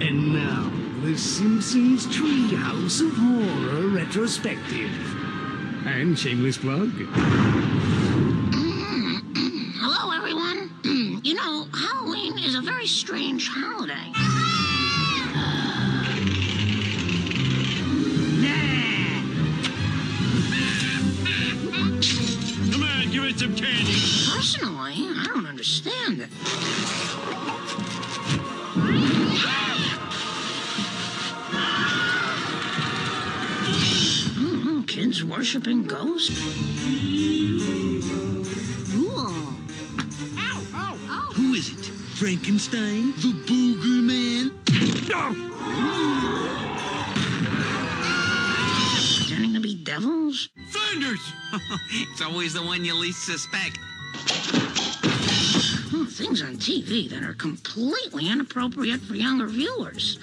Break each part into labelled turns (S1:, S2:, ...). S1: And now, The Simpsons Treehouse of Horror Retrospective. And shameless plug.
S2: Hello, everyone. you know, Halloween is a very strange holiday.
S3: Come on, give it some candy.
S2: Personally, I don't understand it. Mm, Kids worshiping ghosts. Cool.
S3: Who is it? Frankenstein? The Booger Man?
S2: Pretending to be devils.
S3: Thunders!
S4: It's always the one you least suspect.
S2: Hmm, things on TV that are completely inappropriate for younger viewers.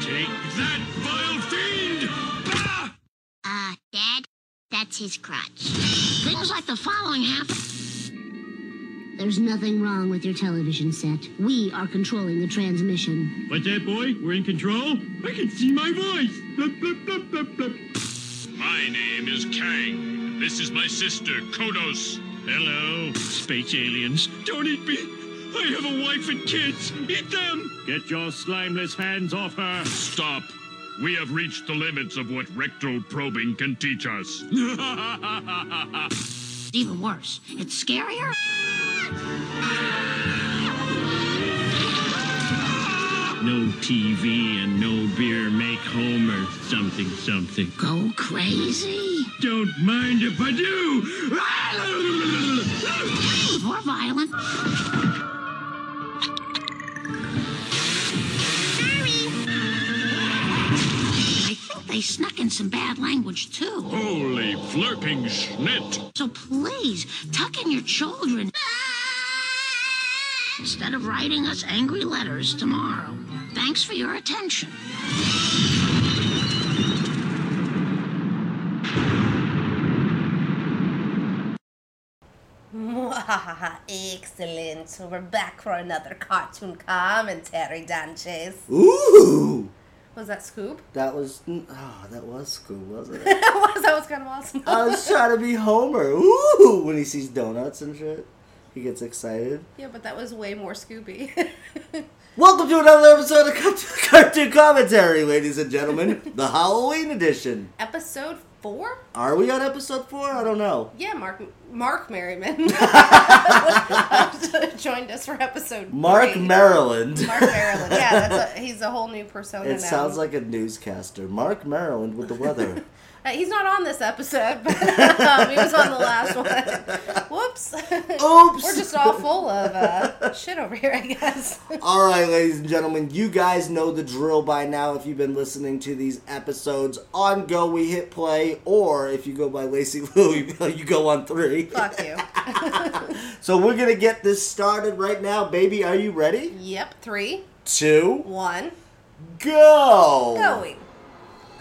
S3: Take that, vile fiend! Ah!
S5: Uh, Dad, that's his crotch.
S2: Things like the following happen.
S5: There's nothing wrong with your television set. We are controlling the transmission.
S3: What's that, boy? We're in control? I can see my voice! Blub, blub, blub, blub, blub. My name is Kang. This is my sister, Kodos. Hello, space aliens. Don't eat me! I have a wife and kids! Eat them! Get your slimeless hands off her! Stop! We have reached the limits of what rectal probing can teach us.
S2: It's even worse. It's scarier.
S3: No TV and no beer make Homer something something.
S2: Go crazy.
S3: Don't mind if I Ah! do.
S2: More violent. I think They snuck in some bad language too.
S3: Holy flirting schnit!
S2: So please, tuck in your children Ah! instead of writing us angry letters tomorrow. Thanks for your attention.
S6: Excellent. We're back for another cartoon commentary, Danches.
S7: Ooh,
S6: Was that Scoob?
S7: that was oh, that was school, wasn't it?
S6: was that was kind of awesome.
S7: I was trying to be Homer. Ooh, when he sees donuts and shit, he gets excited.
S6: yeah, but that was way more Scooby.
S7: Welcome to another episode of Cartoon- Cartoon Commentary, ladies and gentlemen, the Halloween edition.
S6: Episode four?
S7: Are we on episode four? I don't know.
S6: Yeah, Mark Mark Merriman joined us for episode.
S7: Mark
S6: three.
S7: Maryland.
S6: Mark Maryland. Yeah, that's a, he's a whole new persona.
S7: It
S6: now.
S7: sounds like a newscaster. Mark Maryland with the weather.
S6: Uh, he's not on this episode, but um, he was on the last one. Whoops.
S7: Oops.
S6: We're just all full of uh, shit over here, I guess.
S7: All right, ladies and gentlemen, you guys know the drill by now if you've been listening to these episodes. On go, we hit play, or if you go by Lacey Lou, you go on three.
S6: Fuck you.
S7: So we're gonna get this started right now, baby. Are you ready?
S6: Yep, three,
S7: Two,
S6: one,
S7: go.
S6: going.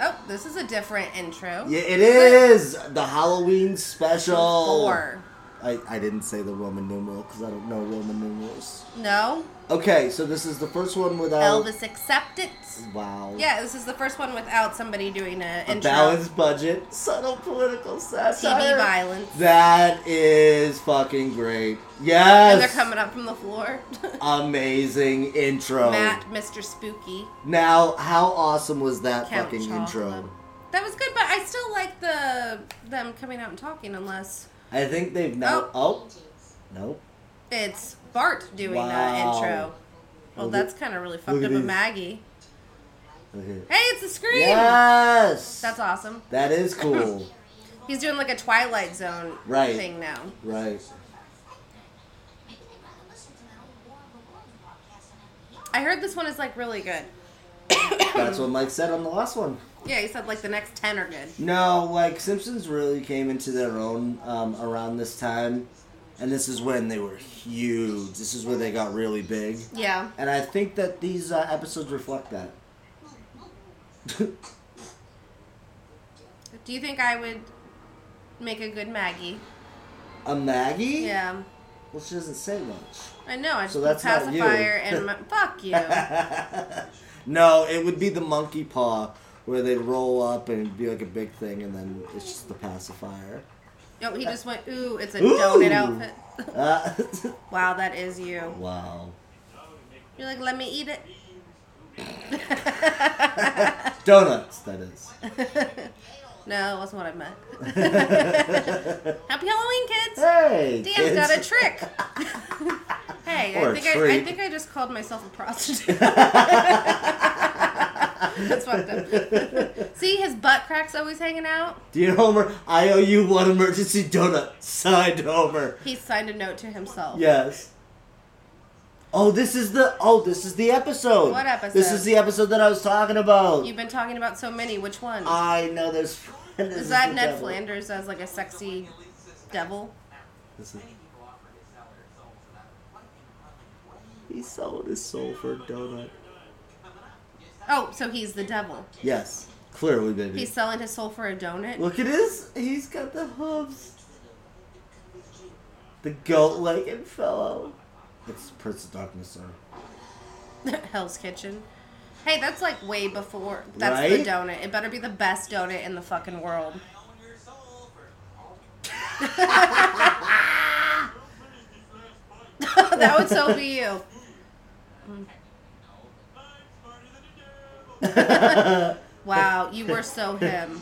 S6: Oh, this is a different intro.
S7: Yeah, it is the Halloween special.
S6: Four.
S7: I, I didn't say the Roman numeral because I don't know Roman numerals.
S6: No,
S7: Okay, so this is the first one without.
S6: Elvis acceptance.
S7: Wow.
S6: Yeah, this is the first one without somebody doing an
S7: A
S6: intro.
S7: balanced budget, subtle political satire.
S6: TV violence.
S7: That is fucking great.
S6: And they're
S7: Yes.
S6: coming up from the floor.
S7: Amazing intro.
S6: Matt, Mr. Spooky.
S7: Now, how awesome was that
S6: Count
S7: fucking
S6: Chocula.
S7: intro?
S6: That was good, but I still like the them coming out and talking unless
S7: I think they've now. Oh, nope.
S6: it's Bart doing
S7: Wow.
S6: that intro. Well,
S7: Look
S6: that's
S7: at-
S6: kind of really fucked
S7: look at
S6: up with
S7: these.
S6: Maggie.
S7: Look at-
S6: Hey, it's the scream.
S7: Yes.
S6: That's awesome.
S7: That is cool.
S6: He's doing like a Twilight Zone
S7: Right.
S6: thing now.
S7: right.
S6: I heard this one is like really good.
S7: That's what Mike said on the last one.
S6: Yeah, he said like the next ten are good.
S7: No, like Simpsons really came into their own um, around this time, and this is when they were huge. This is where they got really big.
S6: Yeah.
S7: And I think that these uh, episodes reflect that.
S6: Do you think I would make a good Maggie?
S7: A Maggie?
S6: Yeah.
S7: Well, she doesn't say much.
S6: I know. I just
S7: So
S6: so
S7: that's not you.
S6: pacifier and my, fuck you.
S7: No, it would be the monkey paw where they roll up and it'd be like a big thing, and then it's just the pacifier.
S6: No, he just went. Ooh, it's a
S7: Ooh.
S6: donut outfit.
S7: Uh,
S6: Wow, that is you.
S7: wow.
S6: You're like, let me eat it.
S7: Donuts, that is.
S6: No, it wasn't what I meant. Happy Halloween, kids.
S7: Hey,
S6: Dan
S7: kids.
S6: got a trick. hey,
S7: Or a
S6: I think I, I
S7: treat.
S6: think I just called myself a prostitute. That's fucked up. See, his butt crack's always hanging out.
S7: Dear Homer, I owe you one emergency donut. Signed, Homer.
S6: He signed a note to himself.
S7: Yes. Oh, this is the oh, this is the episode.
S6: What episode?
S7: This is the episode that I was talking about.
S6: You've been talking about so many. Which one?
S7: I know there's. Ah, this
S6: is that
S7: the
S6: Ned
S7: devil.
S6: Flanders as like a sexy devil?
S7: This is- He sold his soul for a donut.
S6: Oh, so he's the devil.
S7: Yes, clearly, baby.
S6: He's selling his soul for a donut.
S7: Look at his. He's got the hooves. The goat-legged fellow. It's Prince of Darkness, sir.
S6: Hell's Kitchen. Hey, that's like way before. That's the
S7: Right?
S6: donut. It better be the best donut in the fucking world. that would so be you. wow, you were so him.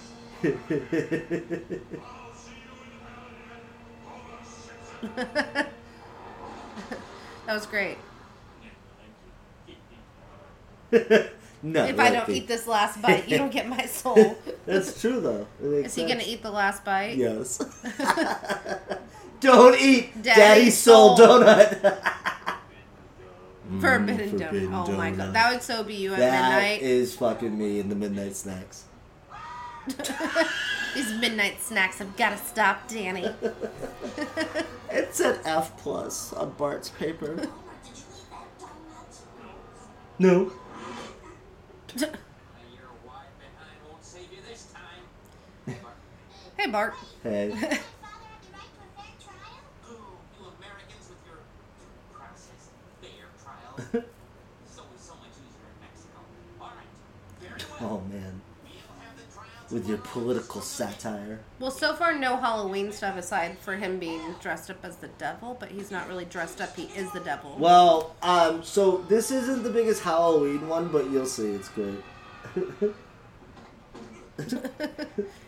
S6: that was great.
S7: No.
S6: If I don't eat this last bite, you don't get my soul.
S7: That's true, though. It makes
S6: Is he gonna
S7: sense.
S6: eat the last bite?
S7: Yes. don't eat Daddy's,
S6: Daddy's
S7: soul,
S6: soul.
S7: donut.
S6: Forbidden,
S7: forbidden
S6: donut. Oh my
S7: donut.
S6: god, that would so be you at
S7: that
S6: midnight.
S7: is fucking me in the midnight snacks.
S6: These midnight snacks have gotta stop, Danny.
S7: It said F plus on Bart's paper. no.
S6: hey Bart,
S7: Hey. Oh man. With your political satire.
S6: well, so far no Halloween stuff aside for him being dressed up as the devil, but he's not really dressed up. He is the devil.
S7: Well, um, so this isn't the biggest Halloween one, but you'll see, it's great.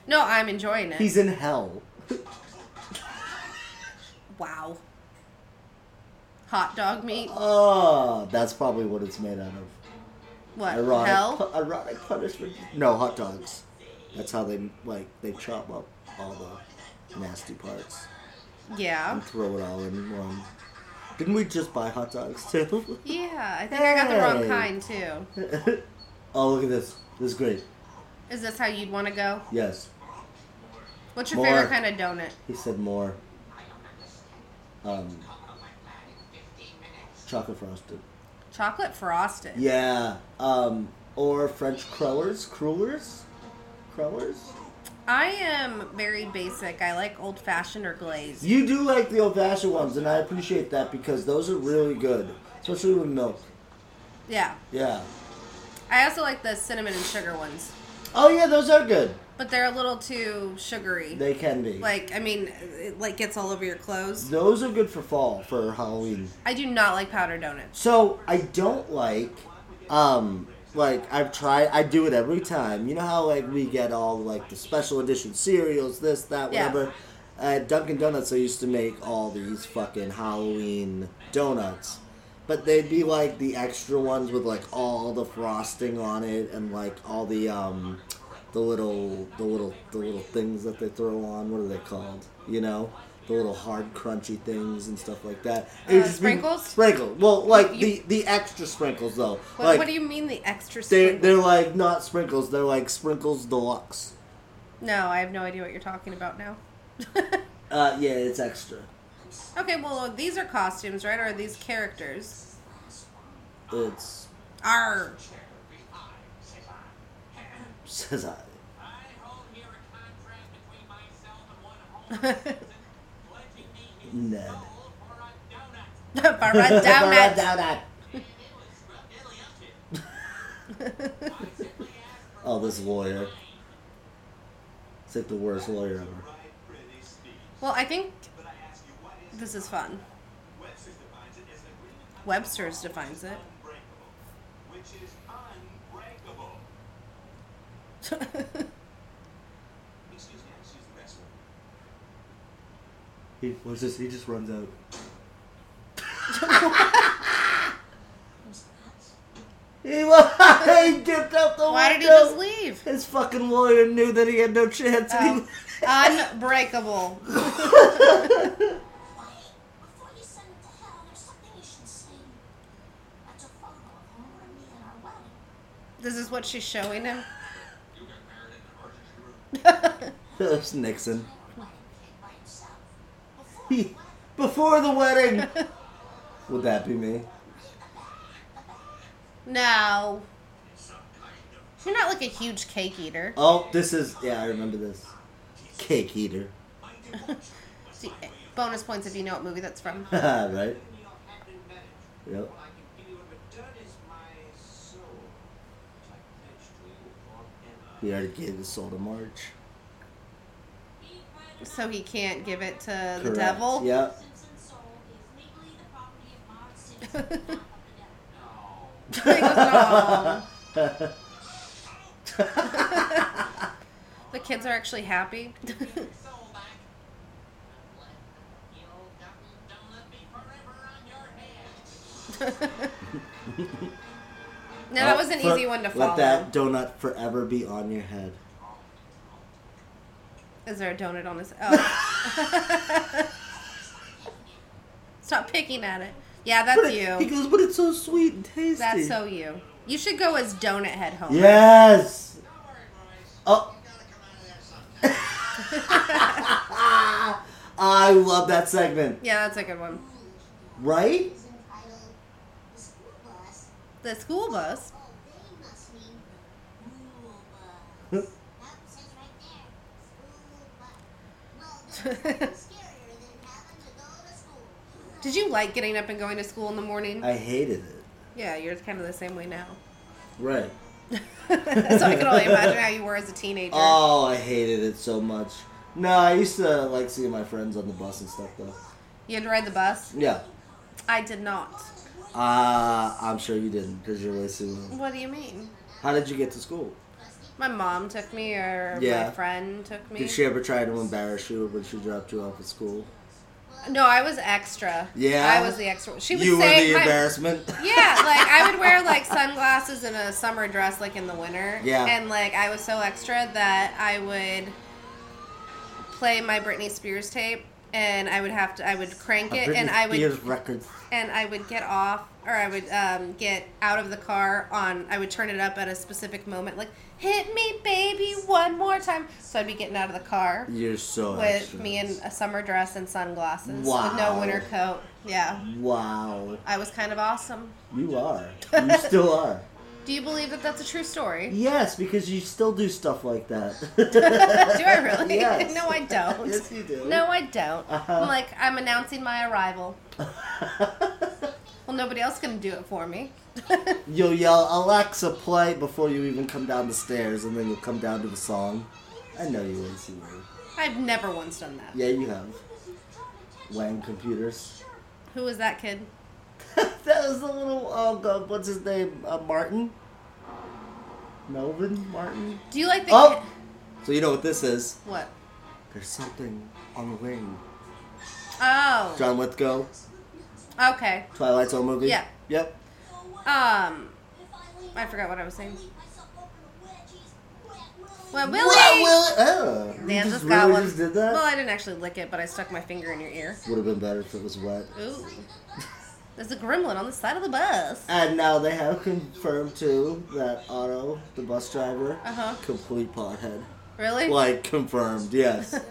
S6: No, I'm enjoying it.
S7: He's in hell.
S6: wow. Hot dog meat.
S7: Oh, that's probably what it's made out of.
S6: What
S7: Ironic,
S6: hell?
S7: pu- ironic punishment. No hot dogs. That's how they like they chop up all the nasty parts
S6: Yeah.
S7: and throw it all in one. Didn't we just buy hot dogs too?
S6: Yeah, I think I got the wrong
S7: Hey.
S6: kind too.
S7: oh, look at this. This is great.
S6: Is this how you'd want to go?
S7: Yes,
S6: What's your
S7: More.
S6: favorite kind of donut?
S7: he said more. Um, chocolate frosted.
S6: Chocolate frosted.
S7: Yeah. Um, or French crullers, crullers, crullers.
S6: I am very basic. I like old fashioned or glazed.
S7: You do like the old fashioned ones, and I appreciate that because those are really good, especially with milk.
S6: Yeah.
S7: Yeah.
S6: I also like the cinnamon and sugar ones,
S7: Oh yeah, those are good.
S6: but they're a little too sugary.
S7: They can be.
S6: like, I mean, it like gets all over your clothes.
S7: those are good for fall for Halloween.
S6: I do not like powder donuts.
S7: So I don't like, um, like I've tried. I do it every time. You know how like we get all like the special edition cereals, this, that,
S6: Yeah.
S7: whatever. At Dunkin' Donuts, they used to make all these fucking Halloween donuts, but they'd be like the extra ones with like all the frosting on it and like all the um, the little the little the little things that they throw on. What are they called? You know. The little hard, crunchy things and stuff like that. It would
S6: Uh,
S7: just be-
S6: sprinkles?
S7: Sprinkle. Well, like
S6: You-
S7: the the extra sprinkles though.
S6: What,
S7: like
S6: what do you mean the extra
S7: they
S6: sprinkles?
S7: they're like not sprinkles. They're like sprinkles deluxe.
S6: No, I have no idea what you're talking about now.
S7: Uh, yeah, it's extra.
S6: okay, well, these are costumes, right? Or are these characters?
S7: It's
S6: Arr.
S7: says I. Ned.
S6: Barad down
S7: Barad
S6: at.
S7: Downat. oh, this lawyer. It's like the worst lawyer ever.
S6: Well, I think this is fun. Webster's defines it.
S7: He what's this? He just runs out. he, wa- he dipped out the
S6: Why did he
S7: window.
S6: just leave?
S7: His fucking lawyer knew that he had no chance. and
S6: Oh,
S7: he-
S6: unbreakable.
S8: Before you send him to hell, there's something you should say. That's a photo of her and me at our wedding.
S6: This is what she's showing him.
S7: That's Nixon.
S8: Wedding cake by himself. Before
S7: He, before the wedding. Would that be me?
S6: No. You're not like a huge cake eater.
S7: Oh, this is. Yeah, I remember this. Cake eater.
S6: See, bonus points if you know what movie that's from.
S7: right? Yep. We already gave the soul to March.
S6: So he can't give it to the
S7: Correct.
S6: devil.
S7: Yep.
S8: Simpson's soul is legally the property of Marge Simpson, not of the devil.
S6: He goes, "Aw." the kids are actually happy. no, that
S7: Oh,
S6: was an
S7: for-
S6: easy one to
S7: Let
S6: follow.
S7: that donut forever be on your head.
S6: Is there a donut on his? Oh. Stop picking at it. Yeah,
S7: But
S6: that's
S7: it- he
S6: you.
S7: goes, but it's so sweet and tasty.
S6: That's so you. You should go as Donut Head Homer.
S7: Yes. Oh. I love that segment.
S6: Yeah, that's a good one.
S7: Right?
S8: Is entitled The School Bus.
S6: The school bus.
S8: Oh, they must mean the rule bus. That says right there. School bus. Well, that's scarier than having to go to school.
S6: Did you like getting up and going to school in the morning?
S7: I hated it.
S6: yeah, you're kind of the same way now.
S7: Right.
S6: so I can only imagine how you were as a teenager.
S7: Oh, I hated it so much. No, I used to like seeing my friends on the bus and stuff though.
S6: you had to ride the bus.
S7: Yeah.
S6: I did not.
S7: Uh, I'm sure you didn't because you're way too little.
S6: What do you mean?
S7: How did you get to school?
S6: My mom took me, or
S7: Yeah.
S6: my friend took me.
S7: Did she ever try to embarrass you when she dropped you off at school?
S6: No, I was extra.
S7: Yeah?
S6: I was the extra. She would
S7: You were
S6: say
S7: the
S6: my-
S7: embarrassment.
S6: Yeah, like I would wear like sunglasses and a summer dress like in the winter.
S7: Yeah.
S6: And like I was so extra that I would play my Britney Spears tape and I would have to I would crank it and
S7: Britney
S6: I would
S7: Spears records.
S6: and I would get off or I would um, get out of the car on I would turn it up at a specific moment like hit me baby one more time so I'd be getting out of the car
S7: You're so
S6: with
S7: extra.
S6: me in a summer dress and sunglasses with
S7: Wow.
S6: no winter coat yeah
S7: Wow,
S6: I was kind of awesome
S7: you are. You still are.
S6: do you believe that that's a true story
S7: Yes, because you still do stuff like that.
S6: do I really
S7: Yes.
S6: no I don't
S7: yes, you do.
S6: no I don't
S7: Uh-huh.
S6: I'm like I'm announcing my arrival well nobody else can do it for me
S7: You'll yell Alexa play before you even come down the stairs, and then you'll come down to the song. I know you once you were.
S6: I've never once done that
S7: Yeah, you have. Wang computers.
S6: who was that kid
S7: that was the little oh god, what's his name? Uh, Martin. Melvin Martin.
S6: do you like the
S7: Oh,
S6: kid-
S7: so you know what this is?
S6: What?
S7: There's something on the wing.
S6: Oh.
S7: John Lithgow,
S6: Okay.
S7: Twilight Zone movie.
S6: Yeah.
S7: Yep.
S6: Um,
S8: If I leave,
S6: I forgot what I was saying.
S8: leave myself open to wedgies, wet willies.
S6: Well,
S7: Well,
S6: Willie.
S7: Will oh, you
S6: Dan
S7: just
S6: just
S7: really
S6: got one.
S7: just did that.
S6: Well, I didn't actually lick it, but I stuck my finger in your ear.
S7: Would have been better if it was wet.
S6: Ooh. There's a gremlin on the side of the bus.
S7: And now they have confirmed too that Otto, the bus driver,
S6: Uh-huh.
S7: complete pothead.
S6: Really?
S7: Like confirmed, yes.
S6: Um,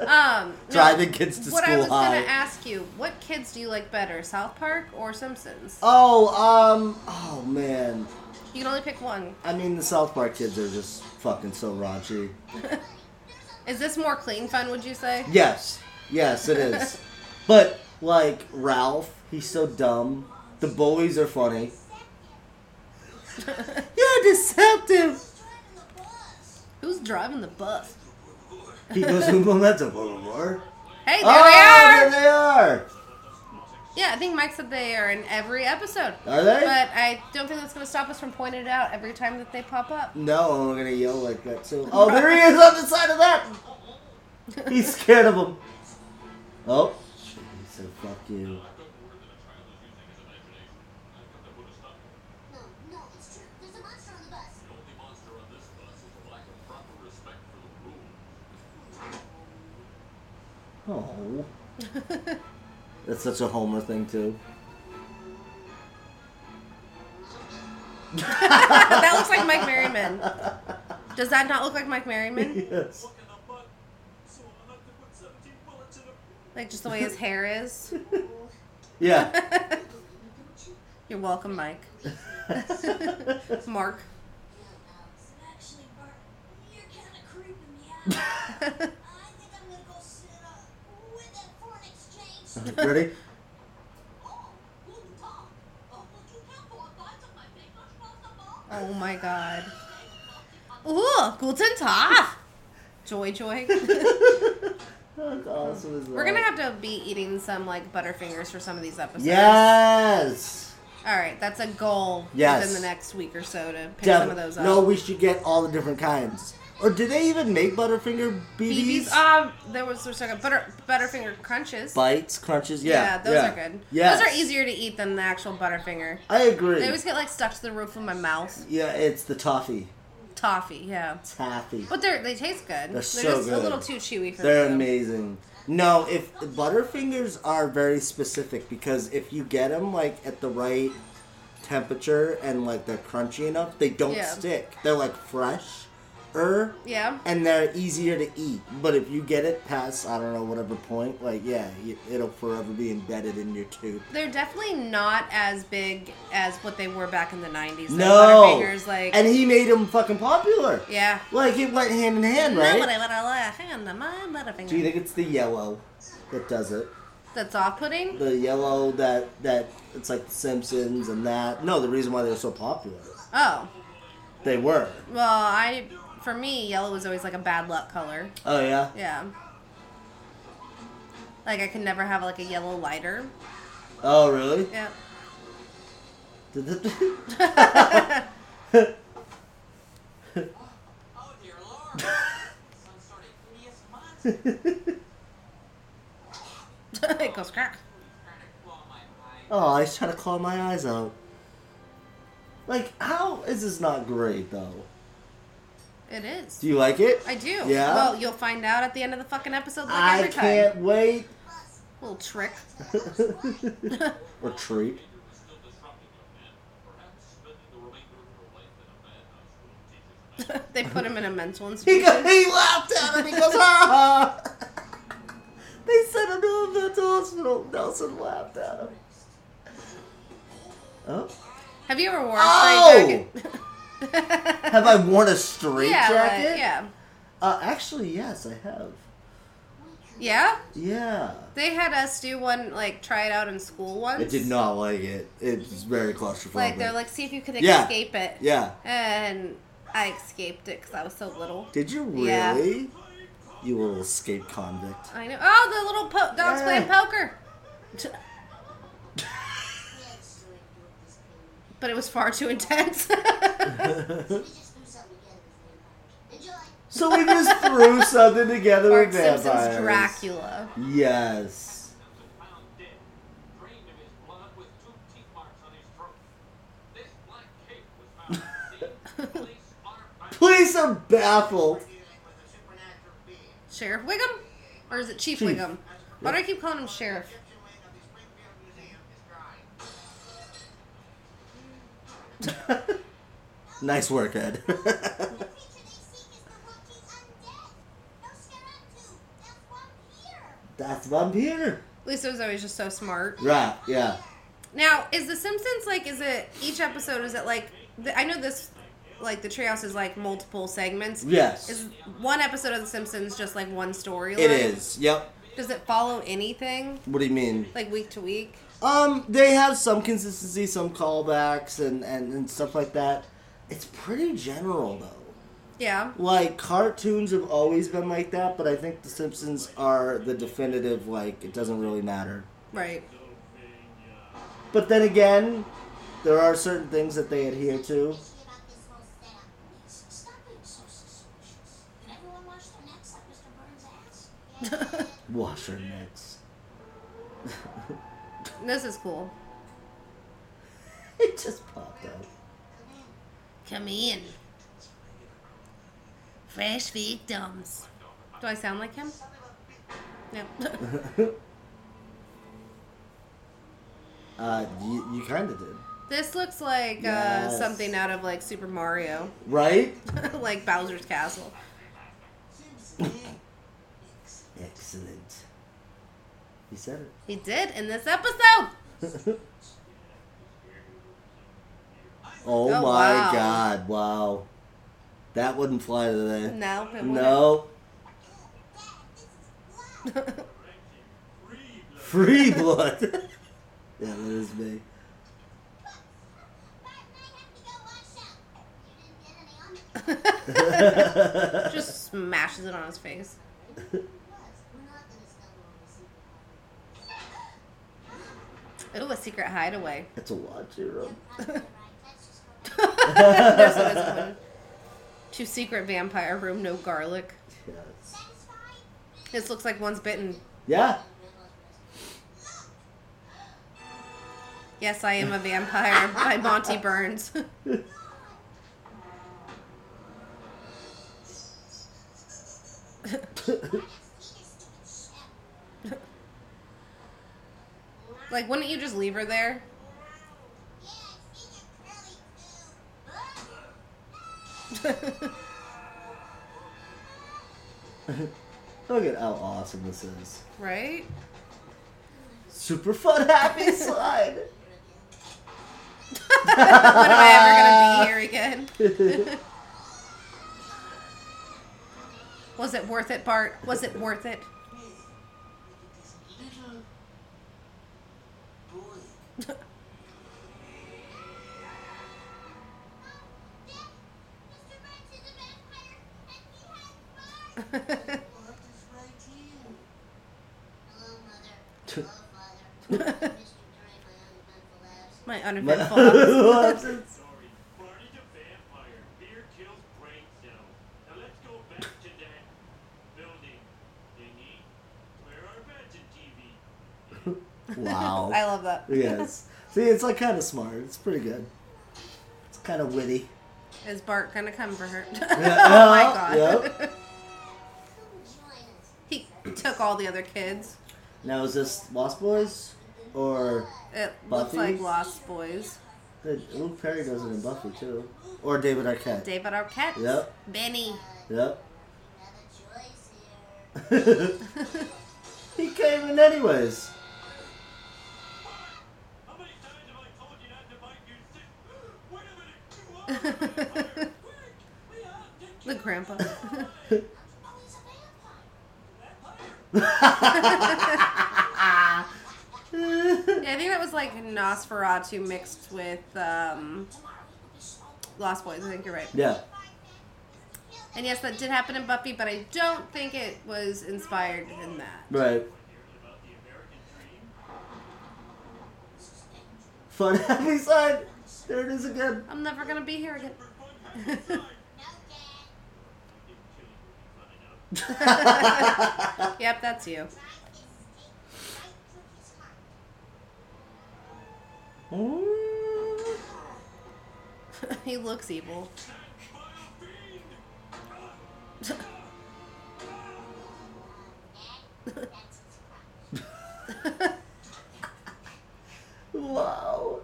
S6: no,
S7: Driving kids to
S6: what I
S7: school
S6: was
S7: high.
S6: gonna ask you, what kids do you like better, South Park or Simpsons?
S7: oh, um, oh man.
S6: You can only pick one.
S7: I mean, the South Park kids are just fucking so raunchy.
S6: Is this more clean fun? Would you say?
S7: Yes, yes, it is. but Like Ralph, he's so dumb. The bullies are funny. You're deceptive.
S8: Driving the bus.
S6: Who's driving the bus?
S7: He goes, well, that's a bummer.
S6: Hey, there
S7: Oh,
S6: we
S7: there
S6: are.
S7: they are.
S6: Yeah, I think Mike said they are in every episode.
S7: Are they?
S6: But I don't think that's going to stop us from pointing it out every time that they pop up.
S7: No, I'm gonna yell like that too. Oh, there he is on the side of that. He's scared of him. Oh, he said, "Fuck you."
S8: No, no, it's true. There's a monster on the bus.
S7: Oh, that's such a Homer thing too.
S6: that looks like Mike Merriman. Does that not look like Mike Merriman?
S7: Yes.
S6: Like just the way his hair is?
S7: Yeah.
S6: You're welcome, Mike. Mark.
S8: Alex, and actually, Bart, you're kind of creeping me out. I think I'm gonna go sit up with that foreign exchange.
S7: Ready?
S8: Oh, guten Tag. Oh, would you help me bite of my fingers from the ball?
S6: Oh my god. Ooh, guten Tag. Joy, joy.
S7: How awesome is that?
S6: We're gonna have to be eating some like butterfingers for some of these episodes.
S7: Yes.
S6: All right, that's a goal
S7: Yes.
S6: within the next week or so to pick
S7: Def-
S6: some of those uh, up.
S7: No, we should get all the different kinds. Or do they even make Butterfinger BBs?
S6: BBs. Um, there was there's like a butter butterfinger crunches.
S7: Bites, crunches. Yeah.
S6: those
S7: yeah.
S6: are good.
S7: Yes.
S6: Those are easier to eat than the actual butterfinger.
S7: I agree.
S6: They always get like stuck to the roof of my mouth.
S7: Yeah, it's the toffee.
S6: Toffee, yeah.
S7: Taffy.
S6: But they're they taste good.
S7: They're
S6: They're,
S7: so
S6: just a
S7: good.
S6: little too chewy for
S7: They're
S6: me.
S7: amazing. No, if Butterfingers are very specific because if you get them like at the right temperature and like they're crunchy enough, they don't
S6: Yeah.
S7: stick. They're like fresh, er,
S6: Yeah.
S7: and they're easier to eat. But if you get it past I don't know whatever point, like yeah, you, it'll forever be embedded in your tooth.
S6: They're definitely not as big as what they were back in the '90s. Like,
S7: no,
S6: Butterfingers like
S7: and he made them fucking popular.
S6: yeah.
S7: Like it went hand in hand, right?
S6: Nobody would allow hand to my Butterfinger.
S7: Do you think it's the yellow that does it?
S6: That's off-putting.
S7: the yellow that that it's like the Simpsons and that. No, the reason why they were so popular,
S6: Oh,
S7: they were.
S6: well, I for me, yellow was always like a bad luck color.
S7: Oh yeah,
S6: Yeah. Like I could never have like a yellow lighter.
S7: oh really?
S6: Yeah.
S7: Did the-
S4: Oh dear lord! Some sort of hideous monster
S6: it goes crack.
S4: trying to claw my eye.
S7: oh, I was trying to claw my eyes out. Like, how is this not great though?
S6: It is.
S7: Do you like it?
S6: I do.
S7: Yeah?
S6: Well, you'll find out at the end of the fucking episode, like
S7: I
S6: every time.
S7: can't wait.
S6: Little trick.
S7: or treat.
S6: they put him in a mental
S7: He
S6: institution.
S7: go, he laughed at him. He goes, ah. they sent him to a mental hospital. Nelson laughed at him. Oh.
S6: Have you ever worn a
S7: Oh!
S6: straight jacket?
S7: Have I worn a straight
S6: yeah, like,
S7: jacket?
S6: yeah.
S7: Uh, actually, yes, I have.
S6: Yeah?
S7: Yeah.
S6: They had us do one, like, try it out in school once.
S7: I did not like it. It's very claustrophobic.
S6: Like, they're like, see if you could
S7: Yeah.
S6: escape it.
S7: yeah.
S6: And I escaped it because I was so little.
S7: Did you
S6: Yeah.
S7: really? You little escape convict.
S6: I know. Oh, the little po- dog's
S7: Yeah.
S6: playing poker. But it was far too intense.
S8: We just threw
S7: So we just threw
S8: something together with me. Enjoy.
S7: something together with
S6: Bart Simpson's
S7: vampires.
S6: Dracula.
S7: Yes.
S9: Simpson found dead, drained of his blood with two teeth marks on his throat. This black cape was found. The police are back
S7: Police are baffled.
S9: dealing with a supernatural being.
S6: Sheriff Wiggum? Or is it Chief,
S7: Chief.
S6: Wiggum? Why do I keep calling him Sheriff?
S9: Egyptian wing of the Springfield Museum described.
S7: Nice work, Ed.
S8: The creature they seek is the walking undead. No Scarabtu. That's vampire.
S7: That's vampire.
S6: Lisa was always just so smart.
S7: Right, yeah.
S6: Now, is The Simpsons like, is it each episode, is it like, the, I know this, like, the Treehouse is like multiple segments.
S7: Yes.
S6: Is one episode of The Simpsons just like one storyline?
S7: It is. Yep.
S6: Does it follow anything?
S7: What do you mean?
S6: Like week to week?
S7: Um, they have some consistency, some callbacks, and, and, and stuff like that. It's pretty general, though.
S6: Yeah.
S7: Like, cartoons have always been like that, but I think The Simpsons are the definitive, like, it doesn't really matter.
S6: Right.
S7: But then again, there are certain things that they adhere to.
S8: about this whole setup. Stop being so suspicious. Did everyone wash their necks like Mr. Burns asked?
S7: Washer necks.
S6: This is cool.
S7: It just popped up.
S6: Come in. Fresh victims. Do I sound like him? No.
S7: Uh, you, you kind of did.
S6: this looks like uh,
S7: Yes.
S6: something out of like Super Mario,
S7: Right?
S6: like Bowser's Castle.
S7: Excellent. He said it.
S6: He did in this episode.
S7: Oh,
S6: Oh,
S7: my
S6: wow.
S7: god, wow. That wouldn't fly today.
S6: No, it
S7: No. Free blood. yeah, that is me.
S8: Bart and I have to go wash up. You didn't get any on the
S6: Just smashes it on his face.
S8: bus. We're not going to stumble over secret.
S6: Ooh, a secret hideaway.
S7: It's a watch hero.
S8: Probably right. That's just for
S6: There's another one. To secret vampire room, no garlic.
S7: Yes.
S8: satisfied.
S6: This looks like one's bitten.
S7: Yeah.
S6: Yes, I am a vampire by Monty Burns. like, wouldn't you just leave her there?
S8: Yeah, it's either curly too.
S7: Look at how awesome this is.
S6: right?
S7: Super fun happy slide.
S6: When am I ever gonna be here again? Was it worth it, Bart? Was it worth it?
S8: Mr. Burns is a vampire, and he has Bart. Hello, mother. Hello, father. Mr. During my own mental labs.
S6: My
S7: My-
S6: uneventful episode.
S9: Sorry, Barney's a vampire. Beer kills brain cells. Now let's go back to that building thingy where our beds and TV.
S7: wow.
S6: I love that.
S7: yes. See, it's like kind of smart. It's pretty good. It's kind of witty.
S6: Is Bart gonna come for her?
S7: Yeah,
S6: oh my god.
S7: yep.
S8: Come join us.
S6: He took all the other kids.
S7: Now is this Lost Boys or
S6: It looks
S7: Buffy?
S6: like Lost Boys.
S7: Luke Perry does it in Buffy too, or David Arquette?
S6: David Arquette.
S7: Yep.
S6: Benny.
S7: Yep.
S8: Another choice here.
S7: he came in anyways.
S9: How many times have I told you not to bite your sister? Wait a minute, you are a vampire. Quick, we have to
S6: The grandpa.
S8: Oh, he's a vampire.
S6: Yeah, I think that was like Nosferatu mixed with um, Lost Boys. I think you're right.
S7: Yeah.
S6: And yes, that did happen in Buffy, but I don't think it was inspired in that.
S7: Right. Fun happy side. There it is again.
S6: I'm never gonna be here again.
S8: No, Dad.
S6: Yep, that's you.
S8: Try this cake. Right cookies hot.
S6: he looks evil.
S8: That's his crotch.
S7: Wow.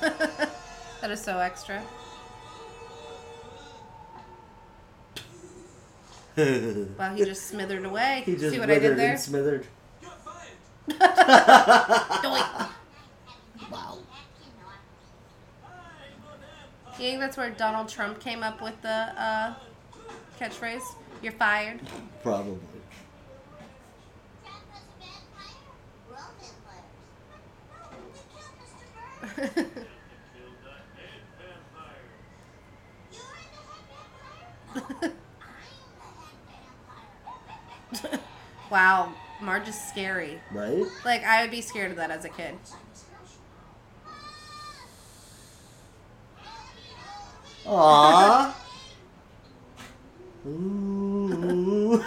S6: That is so extra.
S7: he
S6: Wow, he just smithered away.
S7: just
S6: See what I
S7: withered
S6: did there?
S7: and smithered.
S6: Doink.
S7: Wow.
S6: You think that's where Donald Trump came up with the uh, catchphrase? You're fired.
S7: Probably.
S9: Kill the head vampire.
S8: You're the head vampire? I'm the head vampire.
S6: wow, Marge is scary.
S7: right?
S6: Like I would be scared of that as a kid.
S7: Aww. Ooh.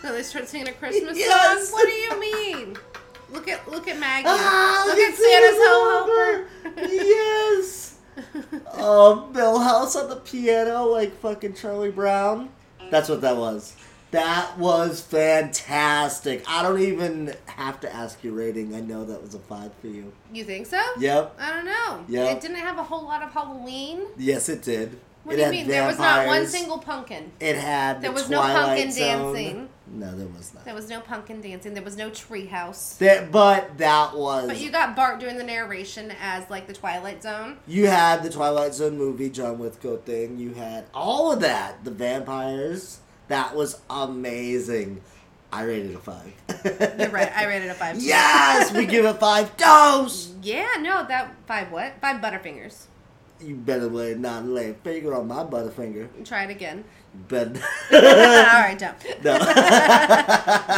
S6: So they start singing a Christmas
S7: Yes.
S6: song. What do you mean? Look at look at Maggie.
S7: ah,
S6: look
S7: the
S6: at
S7: silver.
S6: Santa's ho helper.
S7: yes. Oh, Millhouse on the piano, like fucking Charlie Brown. That's what that was. That was fantastic. I don't even have to ask your rating. I know that was a five for you.
S6: you think so?
S7: Yep.
S6: I don't know.
S7: Yeah.
S6: It didn't have a whole lot of Halloween.
S7: Yes, it did.
S6: What
S7: it
S6: do you
S7: had
S6: mean? There was not one
S7: vampires.
S6: single pumpkin.
S7: It had.
S6: There
S7: the
S6: was no
S7: Twilight
S6: pumpkin
S7: Zone.
S6: dancing.
S7: No, there was not.
S6: There was no pumpkin dancing. There was no treehouse.
S7: That, but that was.
S6: But you got Bart doing the narration as like the Twilight Zone.
S7: You had the Twilight Zone movie, John Lithgow thing. You had all of that. The vampires. That was amazing. I rated a five.
S6: You're right. I rated a five.
S7: yes, we give it five dose.
S6: Yeah, no, that five what? Five Butterfingers.
S7: You better lay not lay a finger on my butterfinger.
S6: Try it again.
S7: But
S6: All right, don't.
S7: no.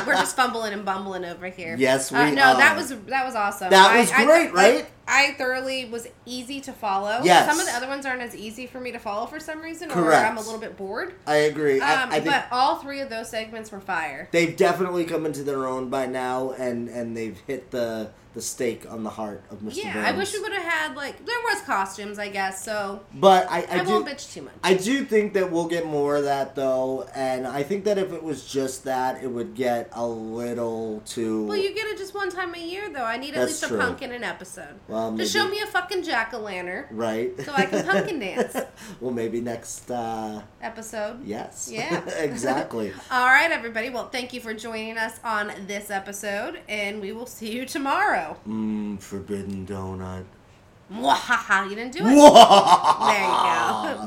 S6: We're just fumbling and bumbling over here.
S7: Yes,
S6: Uh,
S7: we
S6: no, that
S7: are.
S6: was that was awesome.
S7: That was great,
S6: like,
S7: right?
S6: I thoroughly was easy to follow.
S7: Yes.
S6: Some of the other ones aren't as easy for me to follow for some reason,
S7: Correct.
S6: or I'm a little bit bored.
S7: I agree.
S6: Um,
S7: I, I think
S6: but all three of those segments were fire.
S7: they've definitely come into their own by now, and and they've hit the the stake on the heart of Mr.
S6: Yeah, I
S7: Burns.
S6: wish we would have had like there was costumes, I guess. So
S7: But I,
S6: I,
S7: I, do.
S6: won't bitch too much.
S7: I do think that we'll get more of that though, and I think that if it was just that, it would get a little too.
S6: well, you get it just one time a year, though. I need at
S7: That's
S6: least a
S7: true.
S6: pumpkin an episode.
S7: Well,
S6: just
S7: maybe-
S6: show me a fucking jack o' lantern
S7: right?
S6: so I can pumpkin dance.
S7: well, maybe next. uh
S6: episode.
S7: Yes.
S6: Yeah.
S7: exactly.
S6: All right, everybody. Well, thank you for joining us on this episode, and we will see you tomorrow.
S7: Mmm, forbidden donut.
S6: Mwahaha. You didn't do it.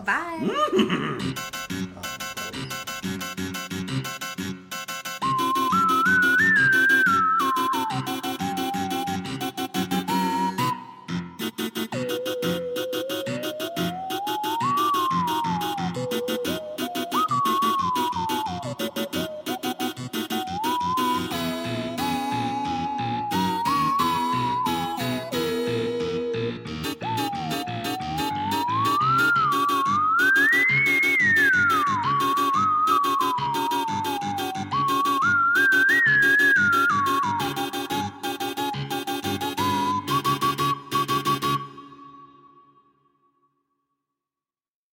S6: There you go. Bye.